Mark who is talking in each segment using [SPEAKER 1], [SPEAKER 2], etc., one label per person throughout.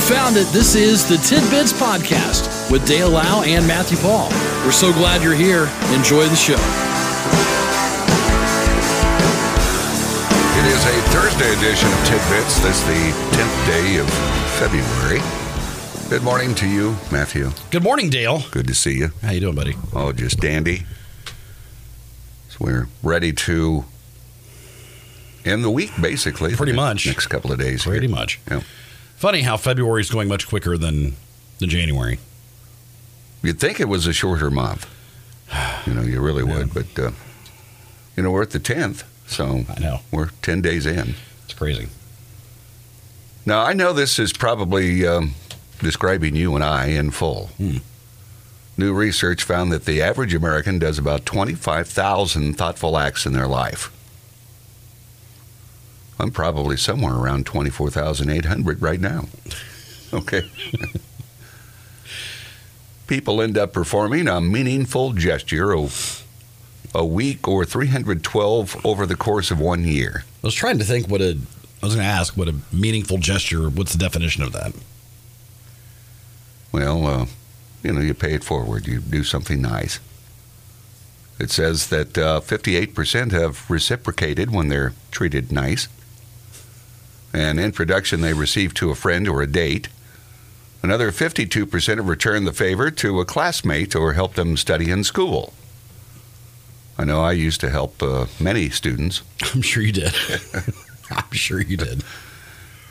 [SPEAKER 1] found it. This is the Tidbits Podcast with Dale Lau and Matthew Paul. We're so glad you're here. Enjoy the show.
[SPEAKER 2] It is a Thursday edition of Tidbits. That's the 10th day of February. Good morning to you, Matthew.
[SPEAKER 1] Good morning, Dale.
[SPEAKER 2] Good to see you.
[SPEAKER 1] How you doing, buddy?
[SPEAKER 2] Oh, just dandy. So we're ready to end the week, basically.
[SPEAKER 1] Pretty
[SPEAKER 2] The
[SPEAKER 1] much.
[SPEAKER 2] Next couple of days.
[SPEAKER 1] Pretty
[SPEAKER 2] here.
[SPEAKER 1] much.
[SPEAKER 2] Yeah.
[SPEAKER 1] Funny how February is going much quicker than than January.
[SPEAKER 2] You'd think it was a shorter month. You know, you really would. But, uh, you know, we're at the 10th, so
[SPEAKER 1] I know.
[SPEAKER 2] we're 10 days in.
[SPEAKER 1] It's crazy.
[SPEAKER 2] Now, I know this is probably um, describing you and I in full.
[SPEAKER 1] Hmm.
[SPEAKER 2] New research found that the average American does about 25,000 thoughtful acts in their life. I'm probably somewhere around 24,800 right now. Okay. People end up performing a meaningful gesture a, a week or 312 over the course of one year.
[SPEAKER 1] I was trying to think what a I was going to ask what a meaningful gesture. What's the definition of that?
[SPEAKER 2] Well, uh, you know, you pay it forward. You do something nice. It says that uh, 58% have reciprocated when they're treated nice. An introduction they received to a friend or a date. Another 52% have returned the favor to a classmate or helped them study in school. I know I used to help uh, many students.
[SPEAKER 1] I'm sure you did. I'm sure you did.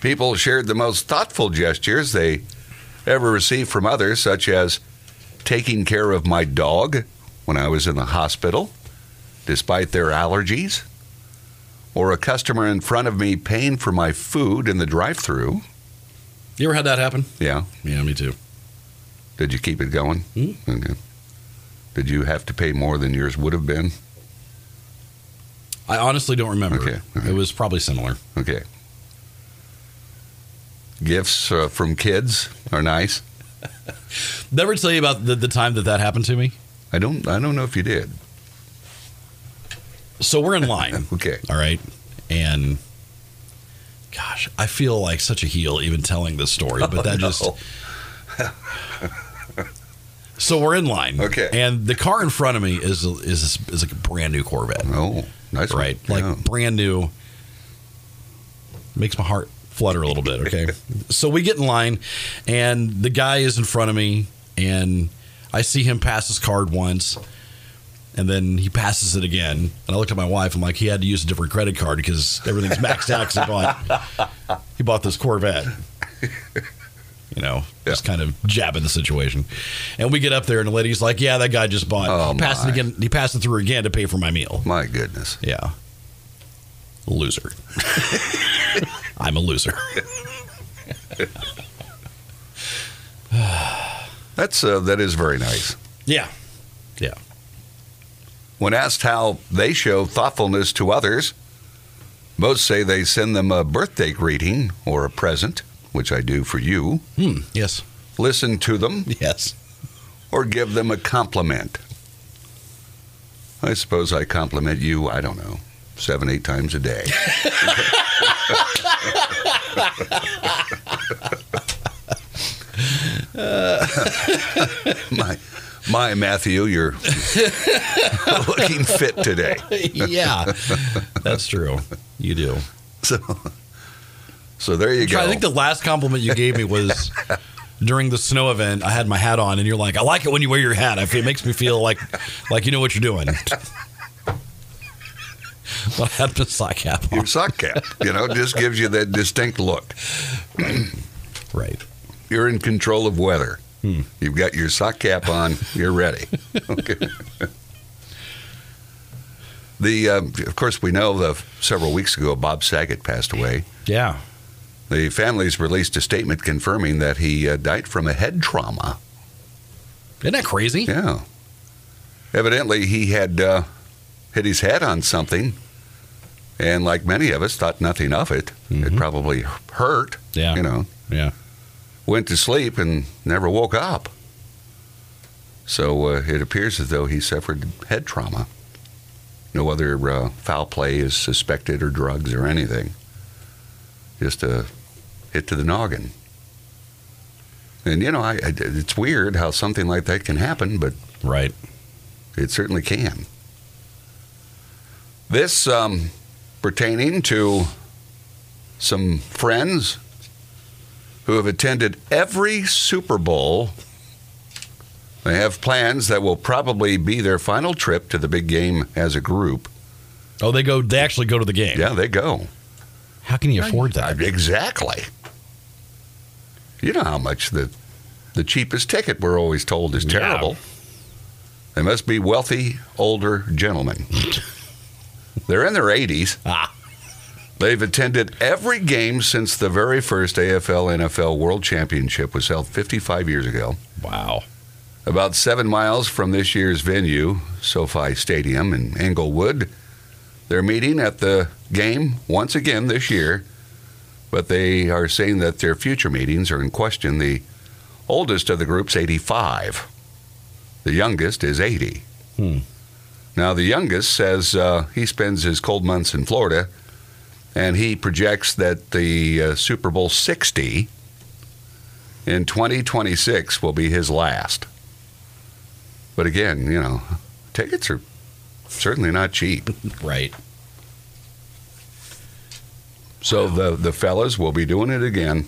[SPEAKER 2] People shared the most thoughtful gestures they ever received from others, such as taking care of my dog when I was in the hospital, despite their allergies, or a customer in front of me paying for my food in the drive through.
[SPEAKER 1] You ever had that happen?
[SPEAKER 2] Yeah.
[SPEAKER 1] Yeah, me too.
[SPEAKER 2] Did you keep it going?
[SPEAKER 1] Hmm.
[SPEAKER 2] Okay. Did you have to pay more than yours would have been?
[SPEAKER 1] I honestly don't remember.
[SPEAKER 2] Okay, all right.
[SPEAKER 1] It was probably similar.
[SPEAKER 2] Okay. Gifts uh, from kids are nice.
[SPEAKER 1] Did I ever tell you about the, the time that that happened to me?
[SPEAKER 2] I don't. I don't know if you did.
[SPEAKER 1] So we're in line.
[SPEAKER 2] Okay.
[SPEAKER 1] All right. And gosh, I feel like such a heel even telling this story,
[SPEAKER 2] Oh,
[SPEAKER 1] but that just. So we're in line.
[SPEAKER 2] Okay.
[SPEAKER 1] And the car in front of me is is is like a brand new Corvette,
[SPEAKER 2] Oh, nice. one.
[SPEAKER 1] right?
[SPEAKER 2] Yeah.
[SPEAKER 1] Like brand new. Makes my heart flutter a little bit, okay? so we get in line and the guy is in front of me and I see him pass his card once and then he passes it again. And I looked at my wife. I'm like, he had to use a different credit card because everything's maxed out because he bought he bought this Corvette. You know, just kind of jabbing the situation. And we get up there, and the lady's like, "Yeah, that guy just bought.
[SPEAKER 2] Oh,
[SPEAKER 1] he passed it
[SPEAKER 2] my.
[SPEAKER 1] again. He passed it through again to pay for my meal.
[SPEAKER 2] My goodness.
[SPEAKER 1] Yeah, loser. I'm a loser.
[SPEAKER 2] That's uh, that is very nice.
[SPEAKER 1] Yeah, yeah.
[SPEAKER 2] When asked how they show thoughtfulness to others, most say they send them a birthday greeting or a present, which I do for you,
[SPEAKER 1] Hmm. Yes.
[SPEAKER 2] listen to them,
[SPEAKER 1] Yes.
[SPEAKER 2] or give them a compliment. I suppose I compliment you, I don't know, seven, eight times a day. my, my Matthew, you're looking fit today.
[SPEAKER 1] yeah. That's true. You do.
[SPEAKER 2] So, so there you go.
[SPEAKER 1] I think the last compliment you gave me was during the snow event. I had my hat on, and you're like, "I like it when you wear your hat. I feel, it makes me feel like like you know what you're doing." but I had the sock hat on.
[SPEAKER 2] your sock cap, you know, just gives you that distinct look.
[SPEAKER 1] Right.
[SPEAKER 2] You're in control of weather. You've got your sock cap on. You're ready. Okay. the um, of course we know the several weeks ago Bob Saget passed away.
[SPEAKER 1] Yeah.
[SPEAKER 2] The family's released a statement confirming that he uh, died from a head trauma.
[SPEAKER 1] Isn't that crazy?
[SPEAKER 2] Yeah. Evidently, he had uh, hit his head on something, and like many of us, thought nothing of it. It
[SPEAKER 1] Mhm.
[SPEAKER 2] probably hurt.
[SPEAKER 1] Yeah.
[SPEAKER 2] You know.
[SPEAKER 1] Yeah.
[SPEAKER 2] went to sleep and never woke up. So uh, it appears as though he suffered head trauma. No other uh, foul play is suspected or drugs or anything. Just a hit to the noggin. And you know, I, I- it's weird how something like that can happen, but
[SPEAKER 1] Right.
[SPEAKER 2] it certainly can. This um, pertaining to some friends who have attended every Super Bowl. They have plans that will probably be their final trip to the big game as a group.
[SPEAKER 1] Oh, they go. They actually go to the game.
[SPEAKER 2] Yeah, they go.
[SPEAKER 1] How can you afford that?
[SPEAKER 2] Exactly. You know how much the the cheapest ticket we're always told is
[SPEAKER 1] Yeah.
[SPEAKER 2] terrible. They must be wealthy older gentlemen. They're in their 80s.
[SPEAKER 1] Ah.
[SPEAKER 2] They've attended every game since the very first AFL NFL World Championship was held 55 years ago,
[SPEAKER 1] Wow.
[SPEAKER 2] about seven miles from this year's venue, SoFi Stadium in Englewood. They're meeting at the game once again this year, but they are saying that their future meetings are in question. The oldest of the group's 85, the youngest is 80.
[SPEAKER 1] Hmm.
[SPEAKER 2] Now, the youngest says uh, he spends his cold months in Florida, and he projects that the uh, Super Bowl 60 in 2026 will be his last. But again, you know, tickets are certainly not cheap.
[SPEAKER 1] Right.
[SPEAKER 2] So the the fellas will be doing it again.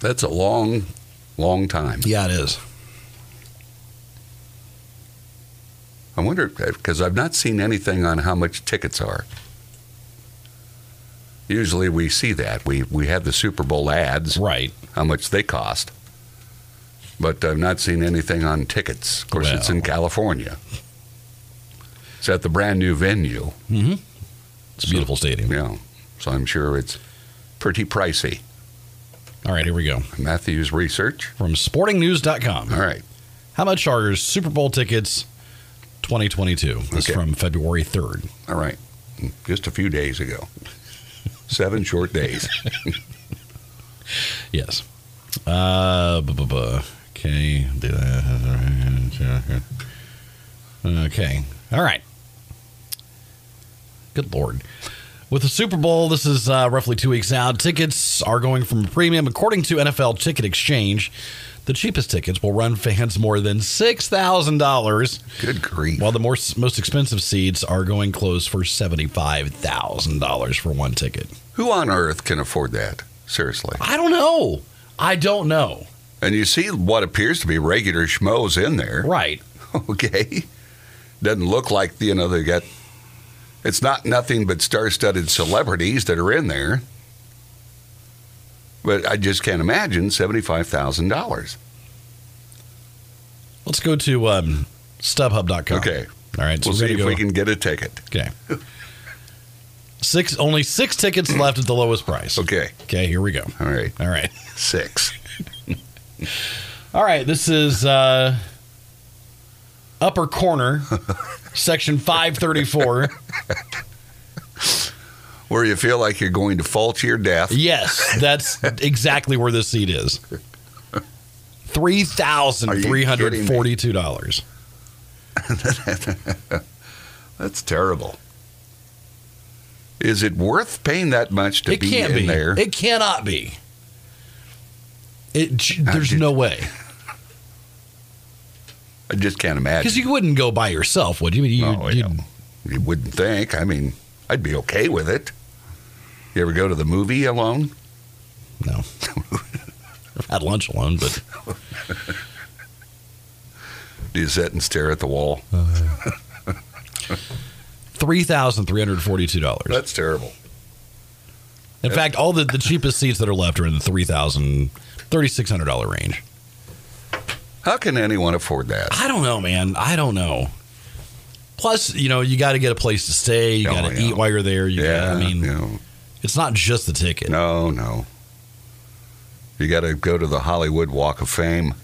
[SPEAKER 2] That's a long, long time.
[SPEAKER 1] Yeah, it is.
[SPEAKER 2] I wonder because I've not seen anything on how much tickets are. Usually we see that we we have the Super Bowl ads
[SPEAKER 1] Right.
[SPEAKER 2] how much they cost, but I've not seen anything on tickets. Of course, it's in California. It's at the brand new venue.
[SPEAKER 1] Mm-hmm. It's a beautiful stadium.
[SPEAKER 2] Yeah, so I'm sure it's pretty pricey.
[SPEAKER 1] All right, here we go.
[SPEAKER 2] Matthews research.
[SPEAKER 1] From sportingnews.com.
[SPEAKER 2] All right.
[SPEAKER 1] How much are Super Bowl tickets 2022? This
[SPEAKER 2] Okay.
[SPEAKER 1] is from February 3rd.
[SPEAKER 2] All right. Just a few days ago. Seven short days.
[SPEAKER 1] Yes. Uh, bu- bu- bu- okay. Do that. Okay. All right. Good lord. With the Super Bowl, this is uh, roughly two weeks out. Tickets are going from a premium. According to NFL Ticket Exchange, the cheapest tickets will run fans more than $6,000,
[SPEAKER 2] Good grief.
[SPEAKER 1] while the more, most expensive seats are going close for $75,000 for one ticket.
[SPEAKER 2] Who on earth can afford that? Seriously.
[SPEAKER 1] I don't know. I don't know.
[SPEAKER 2] And you see what appears to be regular schmoes in there.
[SPEAKER 1] Right.
[SPEAKER 2] Okay. Doesn't look like, you know, they got. It's not nothing but star studded celebrities that are in there. But I just can't imagine $75,000.
[SPEAKER 1] Let's go to um, StubHub.com.
[SPEAKER 2] Okay.
[SPEAKER 1] All right. So we're
[SPEAKER 2] We'll see
[SPEAKER 1] gonna
[SPEAKER 2] if
[SPEAKER 1] go,
[SPEAKER 2] we can get a ticket.
[SPEAKER 1] Okay. Six. Only six tickets left at the lowest price.
[SPEAKER 2] Okay.
[SPEAKER 1] Okay. Here we go.
[SPEAKER 2] All right.
[SPEAKER 1] All right.
[SPEAKER 2] Six.
[SPEAKER 1] All right. This is uh, upper corner, section five thirty four.
[SPEAKER 2] Where you feel like you're going to fall to your death.
[SPEAKER 1] Yes, that's exactly where this seat is. Three thousand three hundred forty-two dollars.
[SPEAKER 2] That's terrible. Is it worth paying that much to
[SPEAKER 1] It
[SPEAKER 2] be
[SPEAKER 1] can't
[SPEAKER 2] in
[SPEAKER 1] be.
[SPEAKER 2] there?
[SPEAKER 1] It cannot be. It. j-
[SPEAKER 2] I
[SPEAKER 1] There's
[SPEAKER 2] did-
[SPEAKER 1] no way.
[SPEAKER 2] I just can't imagine.
[SPEAKER 1] Because you wouldn't go by yourself, would you? you
[SPEAKER 2] No, I
[SPEAKER 1] you'd-
[SPEAKER 2] don't. You wouldn't think. I mean, I'd be okay with it. You ever go to the movie alone?
[SPEAKER 1] no. I've had lunch alone, but
[SPEAKER 2] Do you sit and stare at the wall?
[SPEAKER 1] three thousand three hundred forty-two dollars.
[SPEAKER 2] That's terrible.
[SPEAKER 1] In fact, all the, the cheapest seats that are left are in the three thousand thirty-six hundred dollar range.
[SPEAKER 2] How can anyone afford that?
[SPEAKER 1] I don't know, man. I don't know. Plus, you know, you got to get a place to stay. You
[SPEAKER 2] Oh,
[SPEAKER 1] got to
[SPEAKER 2] yeah.
[SPEAKER 1] eat while you're there. You
[SPEAKER 2] Yeah,
[SPEAKER 1] gotta- I mean,
[SPEAKER 2] no,
[SPEAKER 1] it's not just the ticket.
[SPEAKER 2] no, no. You got to go to the Hollywood Walk of Fame.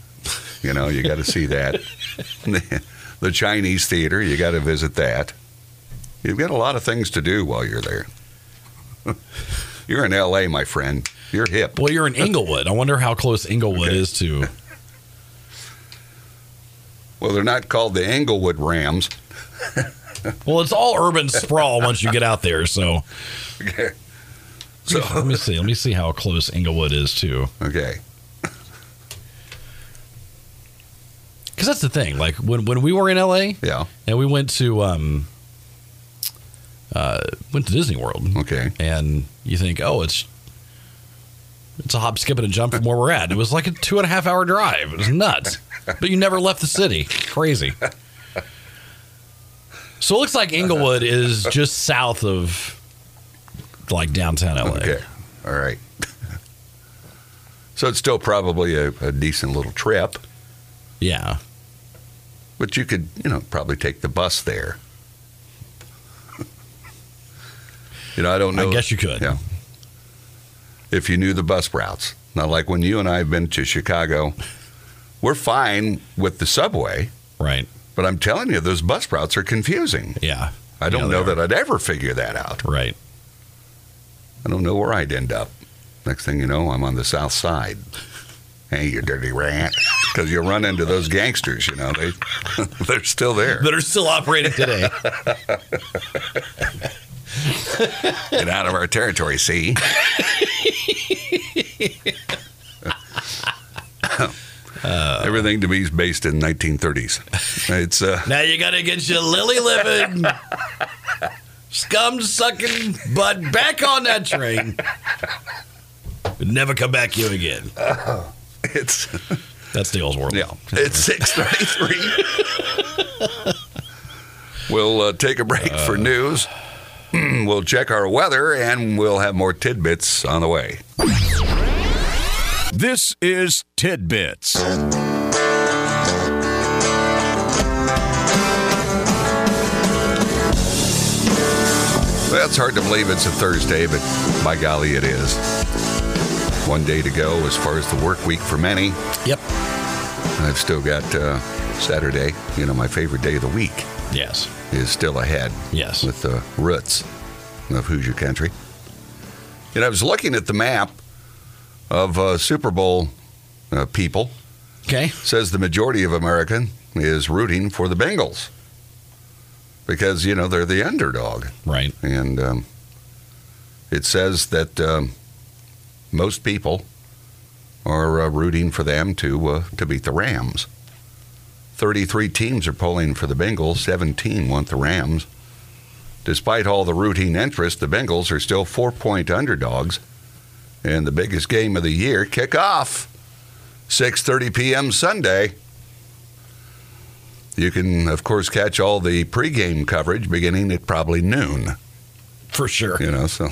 [SPEAKER 2] You know, you got to see that. the Chinese theater, you got to visit that. You've got a lot of things to do while you're there. you're in L.A., my friend. You're hip.
[SPEAKER 1] Well, you're in Inglewood. I wonder how close Inglewood
[SPEAKER 2] Okay.
[SPEAKER 1] is to.
[SPEAKER 2] Well, they're not called the Englewood Rams.
[SPEAKER 1] Well, it's all urban sprawl once you get out there. So,
[SPEAKER 2] So
[SPEAKER 1] let me see. Let me see how close Inglewood is to.
[SPEAKER 2] okay,
[SPEAKER 1] because that's the thing. Like when when we were in L.A.
[SPEAKER 2] Yeah.
[SPEAKER 1] and we went to um, uh, went to Disney World,
[SPEAKER 2] Okay.
[SPEAKER 1] and you think, oh, it's it's a hop, skip, and a jump from where we're at. It was like a two and a half hour drive. It was nuts, but you never left the city. Crazy. So it looks like Inglewood is just south of like downtown LA.
[SPEAKER 2] Okay. All right. so it's still probably a, a decent little trip,
[SPEAKER 1] Yeah.
[SPEAKER 2] but you could, you know, probably take the bus there. you know, I don't know.
[SPEAKER 1] I guess you could.
[SPEAKER 2] Yeah. if you knew the bus routes. Not like when you and I have been to Chicago, we're fine with the subway,
[SPEAKER 1] Right.
[SPEAKER 2] but I'm telling you, those bus routes are confusing.
[SPEAKER 1] Yeah.
[SPEAKER 2] I don't
[SPEAKER 1] Yeah, they
[SPEAKER 2] know
[SPEAKER 1] are.
[SPEAKER 2] that I'd ever figure that out.
[SPEAKER 1] Right.
[SPEAKER 2] I don't know where I'd end up. Next thing you know, I'm on the south side. Hey, you dirty rat. Because you run into those gangsters, you know, they, they're still there.
[SPEAKER 1] That are still operating today.
[SPEAKER 2] Get out of our territory, see? Everything to me is based in 1930s. It's uh,
[SPEAKER 1] now you gotta get your lily living, scum sucking butt back on that train. Never come back here again.
[SPEAKER 2] it's
[SPEAKER 1] That's Dale's world.
[SPEAKER 2] yeah, it's 6:33. we'll uh, take a break for news. we'll check our weather, and we'll have more tidbits on the way.
[SPEAKER 3] This is Tidbits.
[SPEAKER 2] That's hard to believe it's a Thursday, but by golly, it is. One day to go as far as the work week for many.
[SPEAKER 1] Yep.
[SPEAKER 2] I've still got uh, Saturday, you know, my favorite day of the week
[SPEAKER 1] Yes.
[SPEAKER 2] is still ahead
[SPEAKER 1] Yes.
[SPEAKER 2] with the roots of Hoosier Country. And I was looking at the map of uh, Super Bowl uh, people.
[SPEAKER 1] Okay.
[SPEAKER 2] Says the majority of American is rooting for the Bengals because, you know, they're the underdog.
[SPEAKER 1] Right.
[SPEAKER 2] And um, it says that um, most people are uh, rooting for them to uh, to beat the Rams. Thirty-three teams are polling for the Bengals. Seventeen want the Rams. Despite all the rooting interest, the Bengals are still four-point underdogs, and the biggest game of the year kickoff, 6:30 p.m. Sunday. You can, of course, catch all the pregame coverage beginning at probably noon.
[SPEAKER 1] For sure.
[SPEAKER 2] You know, so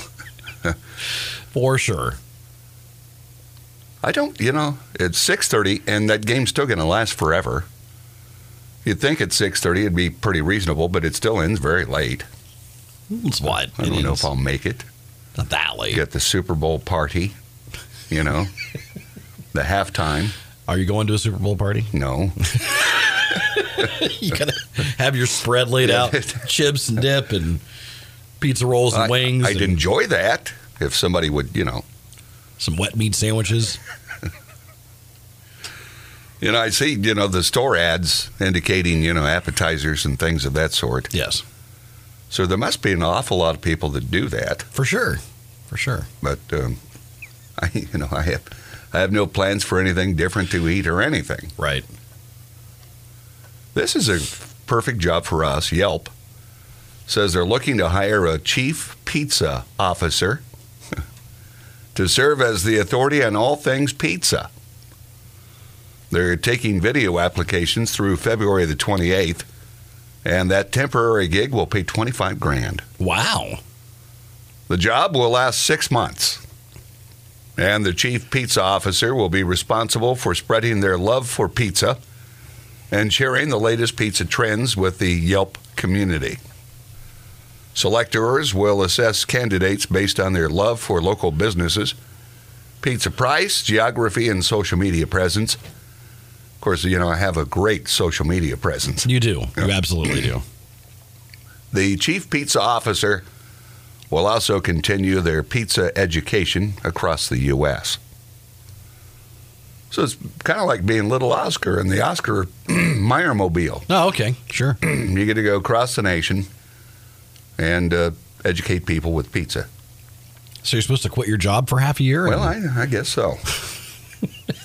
[SPEAKER 1] For sure.
[SPEAKER 2] I don't. You know, it's six thirty, and that game's still going to last forever. You'd think at six thirty it'd be pretty reasonable, but it still ends very late.
[SPEAKER 1] It's what?
[SPEAKER 2] I don't know if
[SPEAKER 1] It's
[SPEAKER 2] I'll make it.
[SPEAKER 1] not that late.
[SPEAKER 2] You got the Super Bowl party. You know, the halftime.
[SPEAKER 1] Are you going to a Super Bowl party?
[SPEAKER 2] No,
[SPEAKER 1] you gotta have your spread laid
[SPEAKER 2] Yeah.
[SPEAKER 1] out, chips and dip and pizza rolls and
[SPEAKER 2] I,
[SPEAKER 1] wings.
[SPEAKER 2] I'd
[SPEAKER 1] and
[SPEAKER 2] enjoy that if somebody would. You know,
[SPEAKER 1] Some wet meat sandwiches.
[SPEAKER 2] you know. I see. You know, the store ads indicating you know appetizers and things of that sort.
[SPEAKER 1] Yes,
[SPEAKER 2] So there must be an awful lot of people that do that.
[SPEAKER 1] for sure, for sure.
[SPEAKER 2] but um, I, you know, I have, I have no plans for anything different to eat or anything.
[SPEAKER 1] Right.
[SPEAKER 2] This is a perfect job for us. Yelp says they're looking to hire a chief pizza officer to serve as the authority on all things pizza. They're taking video applications through February the 28th, and that temporary gig will pay 25 grand.
[SPEAKER 1] Wow.
[SPEAKER 2] The job will last six months, and the chief pizza officer will be responsible for spreading their love for pizza and sharing the latest pizza trends with the Yelp community. Selectors will assess candidates based on their love for local businesses, pizza price, geography, and social media presence. Of course, you know, I have a great social media presence.
[SPEAKER 1] You do. You absolutely do.
[SPEAKER 2] The chief pizza officer will also continue their pizza education across the U.S. So it's kind of like being Little Oscar in the Oscar Meyer Mobile.
[SPEAKER 1] Oh, okay. Sure.
[SPEAKER 2] you get to go across the nation and uh, educate people with pizza.
[SPEAKER 1] So you're supposed to quit your job for half a year?
[SPEAKER 2] Well,
[SPEAKER 1] and-
[SPEAKER 2] I, I guess so.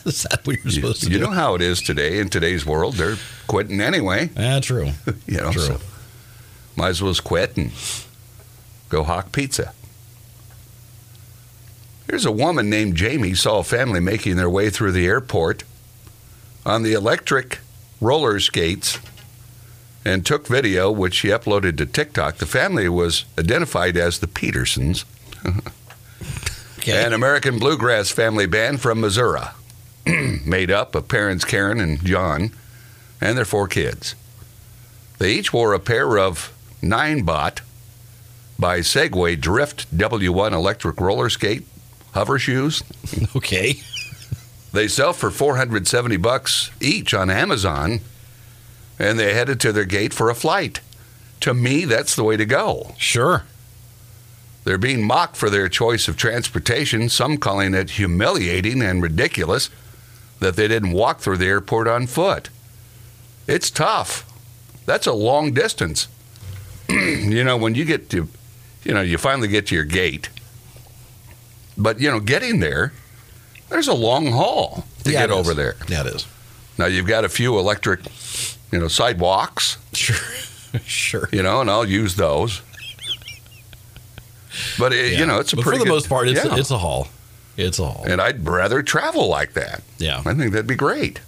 [SPEAKER 1] Is that what you're supposed to
[SPEAKER 2] you
[SPEAKER 1] do?
[SPEAKER 2] know how it is today in today's world. They're quitting anyway.
[SPEAKER 1] Ah, true.
[SPEAKER 2] You know,
[SPEAKER 1] True.
[SPEAKER 2] so might as well just quit and go hawk pizza. Here's a woman named Jamie saw a family making their way through the airport on the electric roller skates and took video, which she uploaded to TikTok. The family was identified as the Petersons,
[SPEAKER 1] Okay.
[SPEAKER 2] an American bluegrass family band from Missouri, made up of parents Karen and John and their four kids. They each wore a pair of nine bot by Segway Drift W1 electric roller skate hover shoes.
[SPEAKER 1] okay.
[SPEAKER 2] They sell for 470 bucks each on Amazon, and they headed to their gate for a flight. To me, that's the way to go.
[SPEAKER 1] Sure.
[SPEAKER 2] They're being mocked for their choice of transportation, some calling it humiliating and ridiculous that they didn't walk through the airport on foot. It's tough. That's a long distance. you know, when you get to, you know, you finally get to your gate. But, you know, getting there, there's a long haul to
[SPEAKER 1] Yeah,
[SPEAKER 2] get
[SPEAKER 1] it is.
[SPEAKER 2] over there.
[SPEAKER 1] Yeah, it is.
[SPEAKER 2] Now, you've got a few electric, you know, sidewalks,
[SPEAKER 1] Sure. sure.
[SPEAKER 2] you know, and I'll use those. But, it,
[SPEAKER 1] Yeah.
[SPEAKER 2] you know, it's a
[SPEAKER 1] but
[SPEAKER 2] pretty
[SPEAKER 1] for the
[SPEAKER 2] good-
[SPEAKER 1] most part, it's
[SPEAKER 2] yeah.
[SPEAKER 1] a, it's a haul. It's a haul.
[SPEAKER 2] And I'd rather travel like that.
[SPEAKER 1] Yeah.
[SPEAKER 2] I think that'd be great.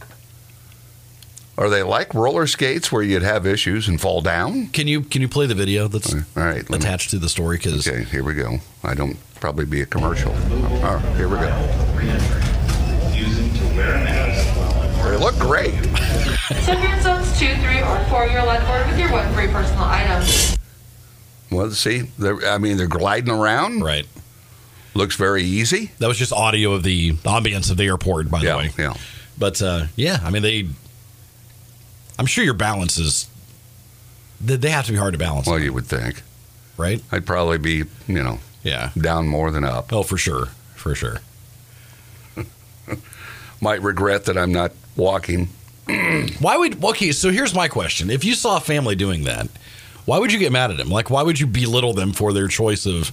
[SPEAKER 2] Are they like roller skates where you'd have issues and fall down?
[SPEAKER 1] Can you can you play the video that's
[SPEAKER 2] All right. let me-
[SPEAKER 1] attached to the story? Because
[SPEAKER 2] okay, here we go. I don't probably be a commercial. All right, here we go.
[SPEAKER 4] Refusing to wear a mask.
[SPEAKER 2] They look great.
[SPEAKER 5] 10 year zones, two, three, or four year lead board with your one free personal item.
[SPEAKER 2] Well, see, they're, I mean, they're gliding around.
[SPEAKER 1] right,
[SPEAKER 2] Looks very easy.
[SPEAKER 1] that was just audio of the ambience of the airport, by the
[SPEAKER 2] Yeah,
[SPEAKER 1] way.
[SPEAKER 2] yeah.
[SPEAKER 1] But uh, yeah, I mean they. I'm sure your balance is. They they have to be hard to balance,
[SPEAKER 2] Well, you would think.
[SPEAKER 1] right?
[SPEAKER 2] I'd probably be, you know,
[SPEAKER 1] Yeah.
[SPEAKER 2] down more than up.
[SPEAKER 1] Oh, for sure, for sure.
[SPEAKER 2] Might regret that I'm not walking.
[SPEAKER 1] Why would okay? So here's my question: If you saw a family doing that, why would you get mad at them? Like, why would you belittle them for their choice of?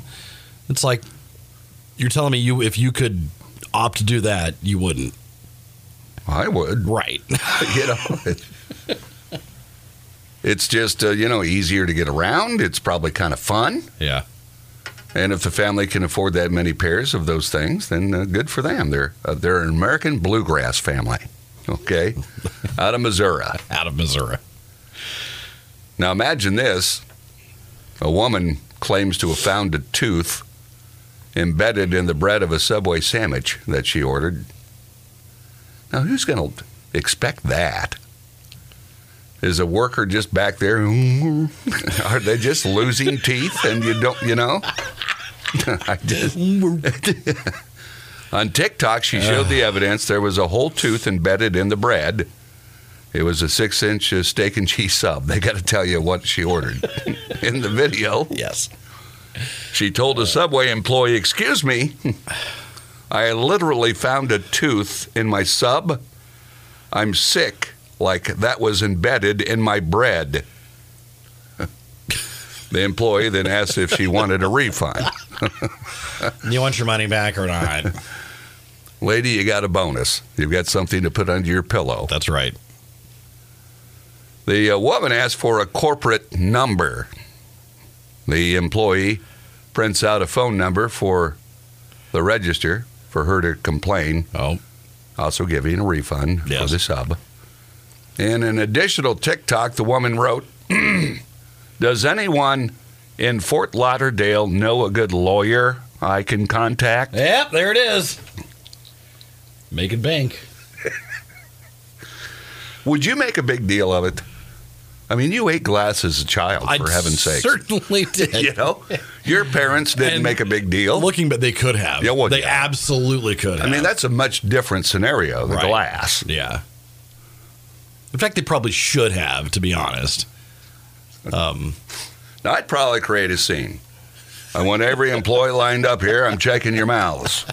[SPEAKER 1] It's like you're telling me you if you could opt to do that, you wouldn't,
[SPEAKER 2] I would.
[SPEAKER 1] right?
[SPEAKER 2] you know. it- It's just uh, you know easier to get around. It's probably kind of fun,
[SPEAKER 1] Yeah,
[SPEAKER 2] and if the family can afford that many pairs of those things, then uh, good for them. They're uh, they're an American bluegrass family, okay, out of Missouri.
[SPEAKER 1] out of Missouri.
[SPEAKER 2] Now imagine this: a woman claims to have found a tooth embedded in the bread of a Subway sandwich that she ordered. Now who's going to expect that? Is a worker just back there? Are they just losing teeth and you don't, you know? I just, on TikTok, she showed the evidence. There was a whole tooth embedded in the bread. It was a six inch uh, steak and cheese sub. They got to tell you what she ordered. in the video,
[SPEAKER 1] Yes.
[SPEAKER 2] she told a Subway employee, Excuse me, I literally found a tooth in my sub. I'm sick, like that was embedded in my bread. the employee then asked if she wanted a refund.
[SPEAKER 1] You want your money back or not?
[SPEAKER 2] Lady, you got a bonus. You've got something to put under your pillow.
[SPEAKER 1] That's right.
[SPEAKER 2] The uh, woman asks for a corporate number. The employee prints out a phone number for the register for her to complain,
[SPEAKER 1] Oh,
[SPEAKER 2] also giving a refund
[SPEAKER 1] Yes.
[SPEAKER 2] for the sub. In an additional TikTok, the woman wrote, Does anyone in Fort Lauderdale know a good lawyer I can contact?
[SPEAKER 1] yep. There it is. Make it bank.
[SPEAKER 2] Would you make a big deal of it? I mean, you ate glass as a child, for heaven's sake.
[SPEAKER 1] certainly did.
[SPEAKER 2] you know, your parents didn't
[SPEAKER 1] And
[SPEAKER 2] make a big deal.
[SPEAKER 1] Looking, but they could have.
[SPEAKER 2] Yeah, well,
[SPEAKER 1] they
[SPEAKER 2] yeah.
[SPEAKER 1] absolutely could.
[SPEAKER 2] I
[SPEAKER 1] have.
[SPEAKER 2] mean, that's a much different scenario, the
[SPEAKER 1] Right.
[SPEAKER 2] glass.
[SPEAKER 1] Yeah. In fact, they probably should have, to be honest. Um,
[SPEAKER 2] Now, I'd probably create a scene. I want every employee lined up here. I'm checking your mouths.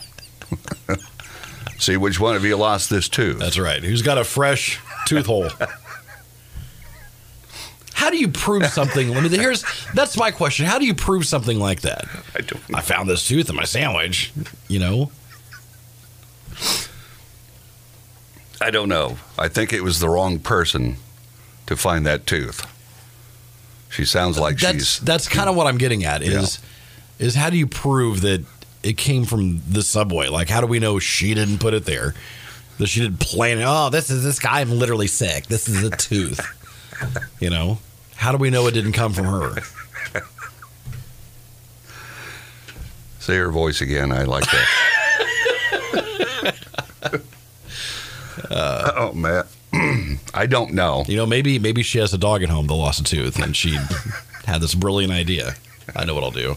[SPEAKER 2] See which one of you lost this tooth.
[SPEAKER 1] that's right. Who's got a fresh tooth hole? How do you prove something? Let me. Here's that's my question. How do you prove something like that?
[SPEAKER 2] I don't
[SPEAKER 1] I found this tooth in my sandwich. You know,
[SPEAKER 2] I don't know. I think it was the wrong person to find that tooth. She sounds like
[SPEAKER 1] that's
[SPEAKER 2] she's
[SPEAKER 1] that's kind of what I'm getting at is is how do you prove that it came from the subway? Like how do we know she didn't put it there? That she didn't plan it. Oh, this is this guy. I'm literally sick. This is a tooth. you know, how do we know it didn't come from her?
[SPEAKER 2] say her voice again. I like that. oh Matt, I don't know.
[SPEAKER 1] You know, maybe maybe she has a dog at home that lost a tooth, and she had this brilliant idea. I know what I'll do.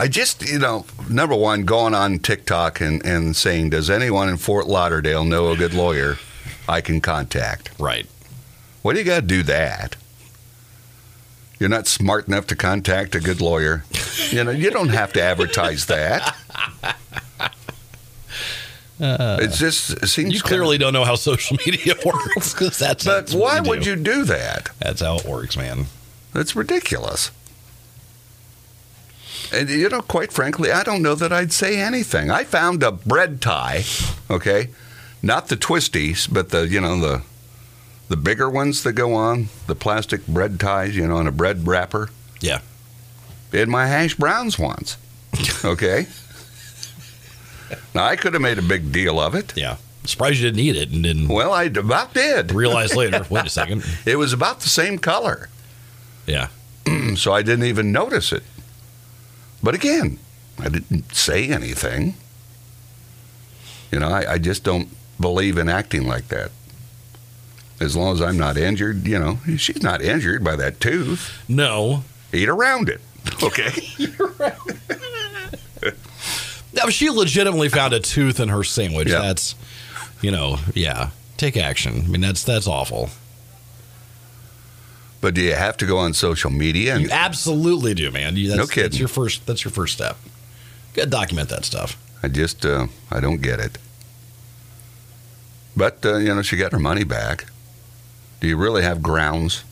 [SPEAKER 2] I just, you know, number one, going on TikTok and, and saying, does anyone in Fort Lauderdale know a good lawyer I can contact?
[SPEAKER 1] Right.
[SPEAKER 2] Why do you got to do that? You're not smart enough to contact a good lawyer. You know, you don't have to advertise that. it's just, it seems
[SPEAKER 1] Uh, You clearly don't know how social media works because that's
[SPEAKER 2] Kinda, but
[SPEAKER 1] that's
[SPEAKER 2] why
[SPEAKER 1] what
[SPEAKER 2] would
[SPEAKER 1] do.
[SPEAKER 2] you do that?
[SPEAKER 1] That's how it works, man.
[SPEAKER 2] That's ridiculous. And you know, quite frankly, I don't know that I'd say anything. I found a bread tie, okay, not the twisties, but the you know the the bigger ones that go on the plastic bread ties, you know, in a bread wrapper.
[SPEAKER 1] Yeah.
[SPEAKER 2] In my hash browns once, okay. now I could have made a big deal of it.
[SPEAKER 1] Yeah. Surprised you didn't eat it and didn't
[SPEAKER 2] Well, I about did.
[SPEAKER 1] realize later. Wait a second.
[SPEAKER 2] It was about the same color.
[SPEAKER 1] Yeah.
[SPEAKER 2] so I didn't even notice it. But again, I didn't say anything. You know, I, I just don't believe in acting like that. As long as I'm not injured, you know, she's not injured by that tooth.
[SPEAKER 1] No.
[SPEAKER 2] Eat around it. Okay.
[SPEAKER 1] Now she legitimately found a tooth in her sandwich.
[SPEAKER 2] Yeah.
[SPEAKER 1] That's you know, yeah. Take action. I mean that's that's awful.
[SPEAKER 2] but do you have to go on social media?
[SPEAKER 1] You
[SPEAKER 2] And
[SPEAKER 1] absolutely do, man. You, that's,
[SPEAKER 2] No kidding.
[SPEAKER 1] That's your first that's your first step. Gotta document that stuff.
[SPEAKER 2] I just, uh, I don't get it. But, uh, you know, she got her money back. Do you really have grounds?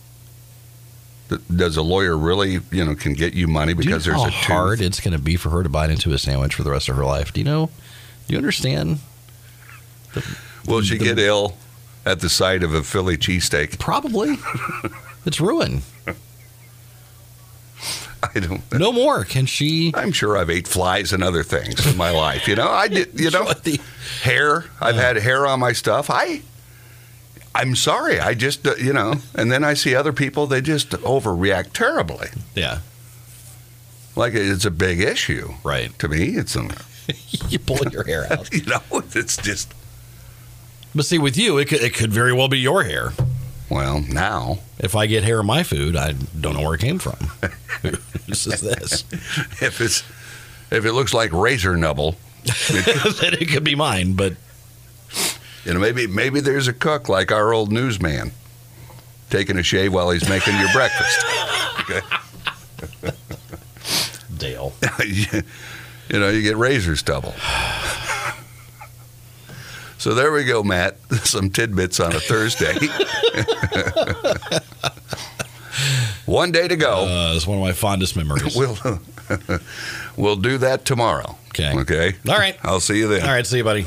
[SPEAKER 2] Th- Does a lawyer really, you know, can get you money
[SPEAKER 1] Do you
[SPEAKER 2] because
[SPEAKER 1] know
[SPEAKER 2] there's
[SPEAKER 1] how
[SPEAKER 2] a tooth?
[SPEAKER 1] hard it's gonna be for her to bite into a sandwich for the rest of her life. Do you know? Do you understand?
[SPEAKER 2] Will she
[SPEAKER 1] the-
[SPEAKER 2] get ill at the sight of a Philly cheesesteak?
[SPEAKER 1] Probably. it's ruined.
[SPEAKER 2] I don't.
[SPEAKER 1] No more can she
[SPEAKER 2] I'm sure I've ate flies and other things in my life. You know, I did. You know,
[SPEAKER 1] the
[SPEAKER 2] hair. I've had hair on my stuff. I. I'm sorry. I just, uh, you know, and then I see other people. They just overreact terribly.
[SPEAKER 1] Yeah,
[SPEAKER 2] Like it's a big issue
[SPEAKER 1] right.
[SPEAKER 2] to me. It's, an,
[SPEAKER 1] you pull your hair out.
[SPEAKER 2] you know, it's just.
[SPEAKER 1] But see, with you, it could, it could very well be your hair.
[SPEAKER 2] Well, now
[SPEAKER 1] If I get hair in my food, I don't know where it came from. this is this.
[SPEAKER 2] if it's if it looks like razor nubble,
[SPEAKER 1] then it could be mine, but
[SPEAKER 2] You know, maybe maybe there's a cook like our old newsman taking a shave while he's making your breakfast.
[SPEAKER 1] Dale.
[SPEAKER 2] you know, you get razor stubble. So there we go, Matt. Some tidbits on a Thursday. One day to go.
[SPEAKER 1] Uh, it's one of my fondest memories.
[SPEAKER 2] we'll we'll do that tomorrow.
[SPEAKER 1] Okay.
[SPEAKER 2] Okay.
[SPEAKER 1] All right.
[SPEAKER 2] I'll see you then.
[SPEAKER 1] All right, see you, buddy.